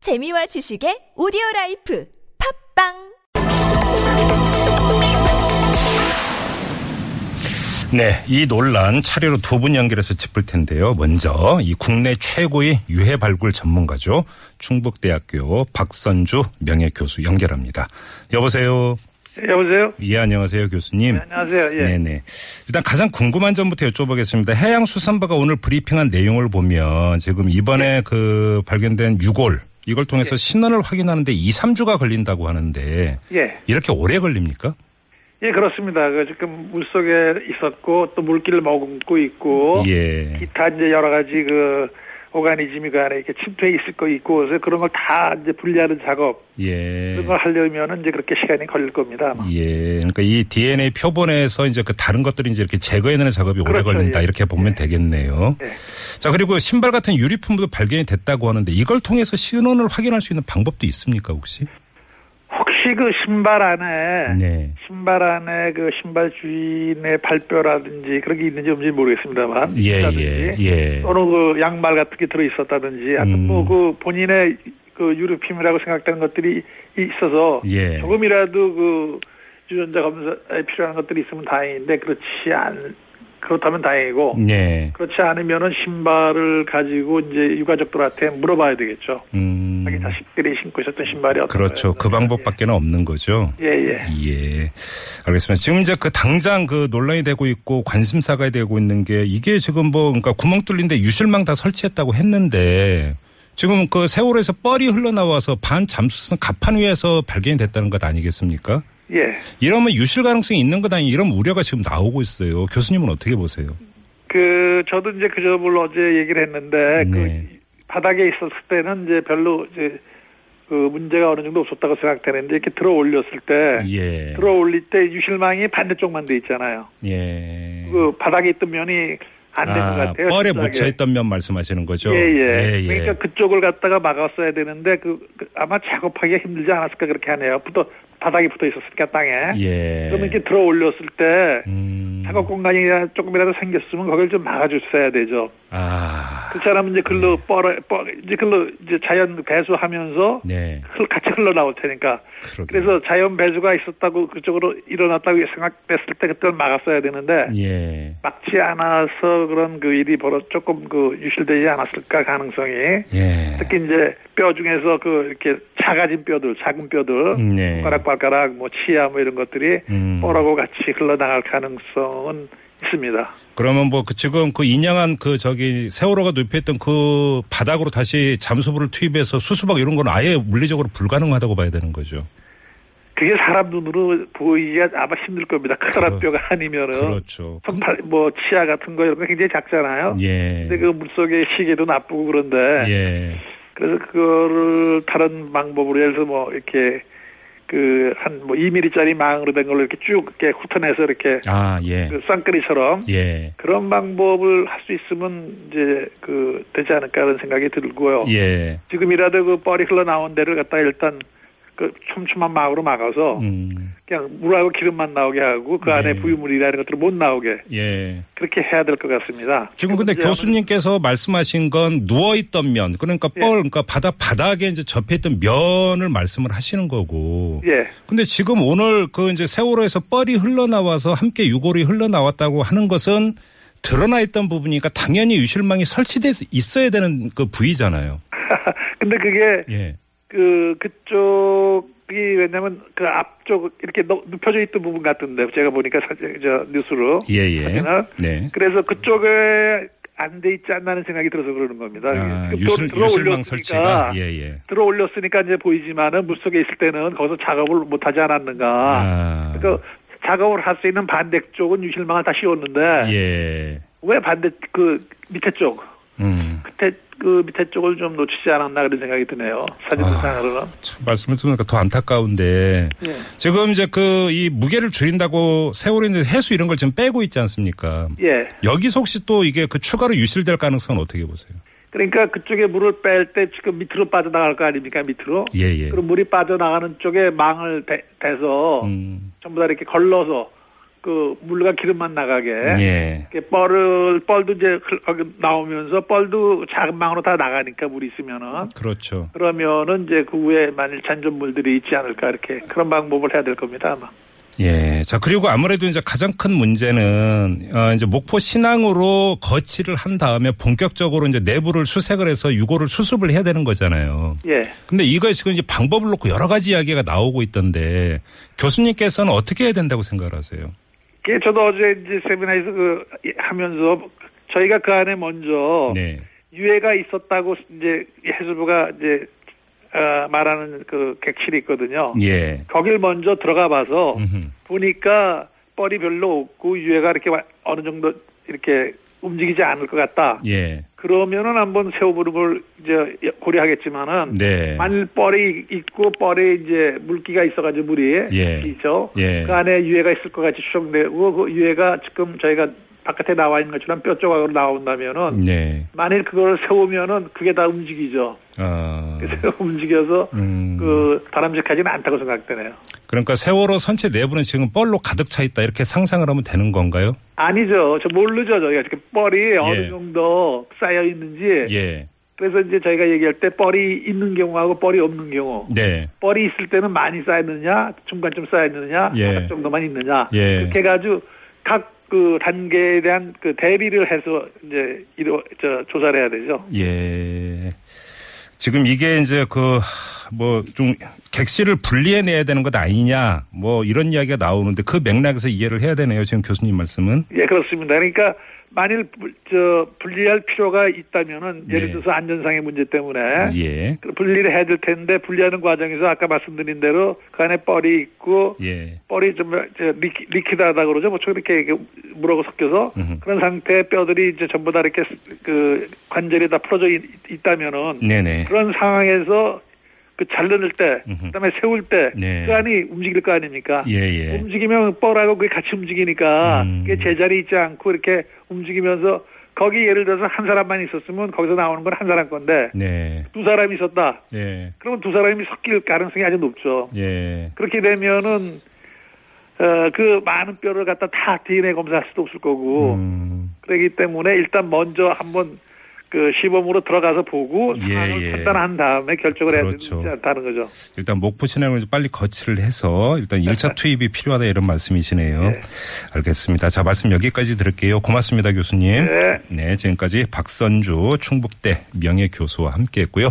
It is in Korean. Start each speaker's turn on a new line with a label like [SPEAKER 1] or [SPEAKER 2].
[SPEAKER 1] 재미와 지식의 오디오 라이프 팝빵
[SPEAKER 2] 네, 이 논란 차례로 두 분 연결해서 짚을 텐데요. 먼저 이 국내 최고의 유해 발굴 전문가죠. 충북대학교 박선주 명예 교수 연결합니다. 여보세요.
[SPEAKER 3] 여보세요?
[SPEAKER 2] 예, 안녕하세요, 교수님.
[SPEAKER 3] 안녕하세요. 예.
[SPEAKER 2] 네네. 일단 가장 궁금한 점부터 여쭤보겠습니다. 해양수산부가 오늘 브리핑한 내용을 보면 지금
[SPEAKER 3] 예.
[SPEAKER 2] 이번에 그 발견된 유골 이걸 통해서 신원을 확인하는데 2, 3주가 걸린다고 하는데
[SPEAKER 3] 예.
[SPEAKER 2] 이렇게 오래 걸립니까?
[SPEAKER 3] 예, 그렇습니다. 그 지금 물 속에 있었고 또 물기를 머금고 있고
[SPEAKER 2] 예.
[SPEAKER 3] 기타 이제 여러 가지 그 오가니즘이 그 안에 이렇게 침투해 있을 거 있고 그래서 그런 걸 다 이제 분리하는 작업
[SPEAKER 2] 예.
[SPEAKER 3] 그런 걸 하려면은 이제 그렇게 시간이 걸릴 겁니다. 아마.
[SPEAKER 2] 예. 그러니까 이 DNA 표본에서 이제 그 다른 것들이 이제 이렇게 제거해내는 작업이 오래
[SPEAKER 3] 그렇죠,
[SPEAKER 2] 걸린다.
[SPEAKER 3] 예.
[SPEAKER 2] 이렇게 보면 되겠네요.
[SPEAKER 3] 예.
[SPEAKER 2] 자, 그리고 신발 같은 유리품도 발견이 됐다고 하는데 이걸 통해서 신원을 확인할 수 있는 방법도 있습니까, 혹시?
[SPEAKER 3] 혹시 그 신발 안에
[SPEAKER 2] 네.
[SPEAKER 3] 신발 안에 그 신발 주인의 발뼈라든지 그런 게 있는지 없는지 모르겠습니다만
[SPEAKER 2] 예, 예,
[SPEAKER 3] 있다든지
[SPEAKER 2] 예.
[SPEAKER 3] 또는 그 양말 같은 게 들어 있었다든지 하여튼
[SPEAKER 2] 음.
[SPEAKER 3] 뭐 그 본인의 그 유류품이라고 생각되는 것들이 있어서
[SPEAKER 2] 예.
[SPEAKER 3] 조금이라도 그 유전자 검사에 필요한 것들이 있으면 다행인데 그렇지 않 그렇다면 다행이고
[SPEAKER 2] 네.
[SPEAKER 3] 그렇지 않으면은 신발을 가지고 이제 유가족들한테 물어봐야 되겠죠.
[SPEAKER 2] 음.
[SPEAKER 3] 자기 자식들이 신고 있었던 신발이 어떤
[SPEAKER 2] 그렇죠. 그 방법밖에 는 없는 거죠.
[SPEAKER 3] 예, 예.
[SPEAKER 2] 예. 알겠습니다. 지금 이제 그 당장 그 논란이 되고 있고 관심사가 되고 있는 게 이게 지금 뭐 그러니까 구멍 뚫린데 유실망 다 설치했다고 했는데 지금 그 세월에서 뻘이 흘러나와서 반 잠수선 갑판 위에서 발견이 됐다는 것 아니겠습니까?
[SPEAKER 3] 예.
[SPEAKER 2] 이러면 유실 가능성이 있는 것 아니 이런 우려가 지금 나오고 있어요. 교수님은 어떻게 보세요?
[SPEAKER 3] 그 저도 이제 그 점을 어제 얘기를 했는데
[SPEAKER 2] 네.
[SPEAKER 3] 그 바닥에 있었을 때는 이제 별로 이제 그 문제가 어느 정도 없었다고 생각되는데 이렇게 들어 올렸을 때
[SPEAKER 2] 예.
[SPEAKER 3] 들어 올릴 때 유실망이 반대쪽만 돼 있잖아요.
[SPEAKER 2] 예.
[SPEAKER 3] 그 바닥에 있던 면이 안 되는 것
[SPEAKER 2] 아,
[SPEAKER 3] 같아요.
[SPEAKER 2] 뻘에
[SPEAKER 3] 진작에.
[SPEAKER 2] 묻혀있던 면 말씀하시는 거죠?
[SPEAKER 3] 예, 예.
[SPEAKER 2] 예, 예.
[SPEAKER 3] 그러니까 그쪽을 갖다가 막았어야 되는데 그, 그 아마 작업하기가 힘들지 않았을까 그렇게 하네요. 붙어 바닥에 붙어 있었으니까 땅에.
[SPEAKER 2] 예.
[SPEAKER 3] 그러면 이렇게 들어 올렸을 때
[SPEAKER 2] 음.
[SPEAKER 3] 작업 공간이 조금이라도 생겼으면 거기를 좀 막아줬어야 되죠.
[SPEAKER 2] 아.
[SPEAKER 3] 그 사람은 이제 글로 뻘어, 뻘, 이제 글로 이제 자연 배수하면서
[SPEAKER 2] 네.
[SPEAKER 3] 흘- 같이 흘러나올 테니까.
[SPEAKER 2] 그러게요.
[SPEAKER 3] 그래서 자연 배수가 있었다고 그쪽으로 일어났다고 생각됐을 때 그때는 막았어야 되는데
[SPEAKER 2] 예.
[SPEAKER 3] 막지 않아서 그런 그 일이 벌어 조금 그 유실되지 않았을까 가능성이.
[SPEAKER 2] 예.
[SPEAKER 3] 특히 이제 뼈 중에서 그 이렇게 작아진 뼈들, 작은 뼈들,
[SPEAKER 2] 네.
[SPEAKER 3] 손가락 발가락, 뭐 치아 뭐 이런 것들이
[SPEAKER 2] 음.
[SPEAKER 3] 뻘하고 같이 흘러나갈 가능성은 있습니다.
[SPEAKER 2] 그러면 뭐 그 지금 그 인양한 그 저기 세월호가 누입했던 그 바닥으로 다시 잠수부를 투입해서 수수박 이런 건 아예 물리적으로 불가능하다고 봐야 되는 거죠.
[SPEAKER 3] 그게 사람 눈으로 보이기가 아마 힘들 겁니다.
[SPEAKER 2] 그러-
[SPEAKER 3] 커다란 뼈가 아니면은
[SPEAKER 2] 그렇죠.
[SPEAKER 3] 손발 뭐 치아 같은 거 이런 거 굉장히 작잖아요.
[SPEAKER 2] 예.
[SPEAKER 3] 근데 그 네. 물속에 시계도 나쁘고 그런데
[SPEAKER 2] 예.
[SPEAKER 3] 그래서 그거를 다른 방법으로 예를 들어 뭐 이렇게 그 한 뭐 2mm짜리 망으로 된 걸로 이렇게 쭉 이렇게 훑어내서 이렇게
[SPEAKER 2] 아, 예.
[SPEAKER 3] 그 쌍끌이처럼
[SPEAKER 2] 예.
[SPEAKER 3] 그런 방법을 할 수 있으면 이제 그 되지 않을까라는 생각이 들고요.
[SPEAKER 2] 예.
[SPEAKER 3] 지금이라도 그 뻘이 흘러나온 데를 갖다가 일단 그 촘촘한 망으로 막아서
[SPEAKER 2] 음.
[SPEAKER 3] 그냥 물하고 기름만 나오게 하고 그 안에
[SPEAKER 2] 네.
[SPEAKER 3] 부유물이라는 것들을 못 나오게
[SPEAKER 2] 예.
[SPEAKER 3] 그렇게 해야 될 것 같습니다.
[SPEAKER 2] 지금 근데
[SPEAKER 3] 이제
[SPEAKER 2] 교수님께서 말씀하신 건 누워있던 면, 그러니까
[SPEAKER 3] 예.
[SPEAKER 2] 뻘, 그러니까 바다 바닥에 이제 접혀있던 면을 말씀을 하시는 거고.
[SPEAKER 3] 아무래도- 예.
[SPEAKER 2] 근데 지금 오늘 그 이제 세월호에서 뻘이 흘러나와서 함께 유골이 흘러나왔다고 하는 것은 드러나 있던 부분이니까 당연히 유실망이 설치돼 있어야 되는 그 부위잖아요.
[SPEAKER 3] 근데 그게
[SPEAKER 2] 예.
[SPEAKER 3] 그 그쪽이 왜냐면 그 앞쪽 이렇게 너- 눕혀져 있던 부분 같은데 제가 보니까 사실 저 뉴스로
[SPEAKER 2] 예, 예.
[SPEAKER 3] 사진을.
[SPEAKER 2] 네.
[SPEAKER 3] 그래서 그쪽에 안 돼 있지 않나는 생각이 들어서 그러는 겁니다.
[SPEAKER 2] 아,
[SPEAKER 3] 그
[SPEAKER 2] 유실,
[SPEAKER 3] 들어
[SPEAKER 2] 유실망
[SPEAKER 3] 올렸으니까-
[SPEAKER 2] 설치가. 예, 예.
[SPEAKER 3] 들어 올렸으니까 이제 보이지만은 물 속에 있을 때는 거기서 작업을 못 하지 않았는가.
[SPEAKER 2] 아.
[SPEAKER 3] 그 작업을 할 수 있는 반대 쪽은 유실망을 다 씌웠는데
[SPEAKER 2] 예.
[SPEAKER 3] 왜 반대 그 밑에 쪽
[SPEAKER 2] 음.
[SPEAKER 3] 그때 그 밑에 쪽을 좀 놓치지 않았나 그런 생각이 드네요
[SPEAKER 2] 아.
[SPEAKER 3] 사진상으로는
[SPEAKER 2] 참 말씀을 들으니까 더 안타까운데.
[SPEAKER 3] 예.
[SPEAKER 2] 지금 이제 그 이 무게를 줄인다고 세월호 이제 해수 이런 걸 지금 빼고 있지 않습니까?
[SPEAKER 3] 예
[SPEAKER 2] 여기서 혹시 또 이게 그 추가로 유실될 가능성은 어떻게 보세요?
[SPEAKER 3] 그러니까 그쪽에 물을 뺄 때 지금 밑으로 빠져나갈 거 아닙니까 밑으로
[SPEAKER 2] 예, 예.
[SPEAKER 3] 그럼 물이 빠져나가는 쪽에 망을 대, 서
[SPEAKER 2] 음.
[SPEAKER 3] 전부 다 이렇게 걸러서 그 물과 기름만 나가게
[SPEAKER 2] 예.
[SPEAKER 3] 이렇게 뻘을 뻘도 이제 흘- 어, 나오면서 뻘도 작은 망으로 다 나가니까 물이 있으면은
[SPEAKER 2] 그렇죠.
[SPEAKER 3] 그러면은 이제 그 위에 만일 잔존물들이 있지 않을까 이렇게 그런 방법을 해야 될 겁니다 아마.
[SPEAKER 2] 예. 자, 그리고 아무래도 이제 가장 큰 문제는, 어, 이제 목포 신항으로 거치를 한 다음에 본격적으로 이제 내부를 수색을 해서 유골을 수습을 해야 되는 거잖아요.
[SPEAKER 3] 예.
[SPEAKER 2] 근데 이거 지금 이제 방법을 놓고 여러 가지 이야기가 나오고 있던데 교수님께서는 어떻게 해야 된다고 생각을 하세요?
[SPEAKER 3] 그 저도 어제 이제 세미나에서 그 하면서 저희가 그 안에 먼저
[SPEAKER 2] 네.
[SPEAKER 3] 유해가 있었다고 이제 해수부가 이제 어, 말하는 그 객실이 있거든요.
[SPEAKER 2] 예.
[SPEAKER 3] 거길 먼저 들어가 봐서
[SPEAKER 2] 음흠.
[SPEAKER 3] 보니까 뻘이 별로 없고 유해가 이렇게 와- 어느 정도 이렇게 움직이지 않을 것 같다.
[SPEAKER 2] 예.
[SPEAKER 3] 그러면은 한번 새우부름을 이제 고려하겠지만은
[SPEAKER 2] 네.
[SPEAKER 3] 만일 뻘이 있고 뻘에 이제 물기가 있어가지고 물이
[SPEAKER 2] 예.
[SPEAKER 3] 있죠.
[SPEAKER 2] 예.
[SPEAKER 3] 그 안에 유해가 있을 것 같이 추정되고 그 유해가 지금 저희가 바깥에 나와 있는 것처럼 뼈 조각으로 나온다면은
[SPEAKER 2] 네.
[SPEAKER 3] 만일 그걸 세우면은 그게 다 움직이죠.
[SPEAKER 2] 어.
[SPEAKER 3] 그래서 움직여서
[SPEAKER 2] 음.
[SPEAKER 3] 그 바람직하지는 않다고 생각되네요.
[SPEAKER 2] 그러니까 세월호 선체 내부는 지금 뻘로 가득 차 있다 이렇게 상상을 하면 되는 건가요?
[SPEAKER 3] 아니죠. 저 모르죠. 저희가 이렇게 뻘이
[SPEAKER 2] 예.
[SPEAKER 3] 어느 정도 쌓여 있는지.
[SPEAKER 2] 예.
[SPEAKER 3] 그래서 이제 저희가 얘기할 때 뻘이 있는 경우하고 뻘이 없는 경우.
[SPEAKER 2] 네.
[SPEAKER 3] 뻘이 있을 때는 많이 쌓였느냐, 중간쯤 쌓였느냐,
[SPEAKER 2] 예.
[SPEAKER 3] 바닥 정도만 있느냐.
[SPEAKER 2] 예.
[SPEAKER 3] 그렇게 해가지고 각 그 단계에 대한 그 대비를 해서 이제 이루, 저, 조사를 해야 되죠.
[SPEAKER 2] 예. 지금 이게 이제 그 뭐 좀 객실을 분리해내야 되는 것 아니냐 뭐 이런 이야기가 나오는데 그 맥락에서 이해를 해야 되네요 지금 교수님 말씀은
[SPEAKER 3] 예, 그렇습니다. 그러니까 만일 불- 저 분리할 필요가 있다면은 예를
[SPEAKER 2] 네.
[SPEAKER 3] 들어서 안전상의 문제 때문에
[SPEAKER 2] 예
[SPEAKER 3] 그 분리를 해야 될 텐데 분리하는 과정에서 아까 말씀드린 대로 그 안에 뻘이 있고
[SPEAKER 2] 예.
[SPEAKER 3] 뻘이 좀 이제 리키, 리키다하다 그러죠. 보통 이렇게 이렇게 물하고 섞여서
[SPEAKER 2] 음흠.
[SPEAKER 3] 그런 상태의 뼈들이 이제 전부 다 이렇게 스- 그 관절이 다 풀어져 있, 다면은
[SPEAKER 2] 네네
[SPEAKER 3] 그런 상황에서 그 자르는 때,
[SPEAKER 2] 음흠.
[SPEAKER 3] 그다음에 세울 때,
[SPEAKER 2] 네.
[SPEAKER 3] 그 안이 움직일 거 아닙니까?
[SPEAKER 2] 예예
[SPEAKER 3] 움직이면 뻘하고 그게 같이 움직이니까
[SPEAKER 2] 음.
[SPEAKER 3] 그게 제자리 있지 않고 이렇게 움직이면서 거기 예를 들어서 한 사람만 있었으면 거기서 나오는 건 한 사람 건데
[SPEAKER 2] 네예
[SPEAKER 3] 두 사람이 있었다.
[SPEAKER 2] 예.
[SPEAKER 3] 그러면 두 사람이 섞일 가능성이 아주 높죠.
[SPEAKER 2] 예.
[SPEAKER 3] 그렇게 되면은 어, 그 많은 뼈를 갖다 다 DNA 검사할 수도 없을 거고
[SPEAKER 2] 음.
[SPEAKER 3] 그렇기 때문에 일단 먼저 한번 그 시범으로 들어가서 보고
[SPEAKER 2] 예,
[SPEAKER 3] 상황을
[SPEAKER 2] 예.
[SPEAKER 3] 판단한 다음에 결정을
[SPEAKER 2] 그렇죠.
[SPEAKER 3] 해야 되지 않다는 거죠.
[SPEAKER 2] 일단 목포 신항을 좀 빨리 거치를 해서 일단 1차 투입이 필요하다 이런 말씀이시네요.
[SPEAKER 3] 네.
[SPEAKER 2] 알겠습니다. 자, 말씀 여기까지 들을게요. 고맙습니다, 교수님.
[SPEAKER 3] 네.
[SPEAKER 2] 지금까지 박선주 충북대 명예교수와 함께 했고요.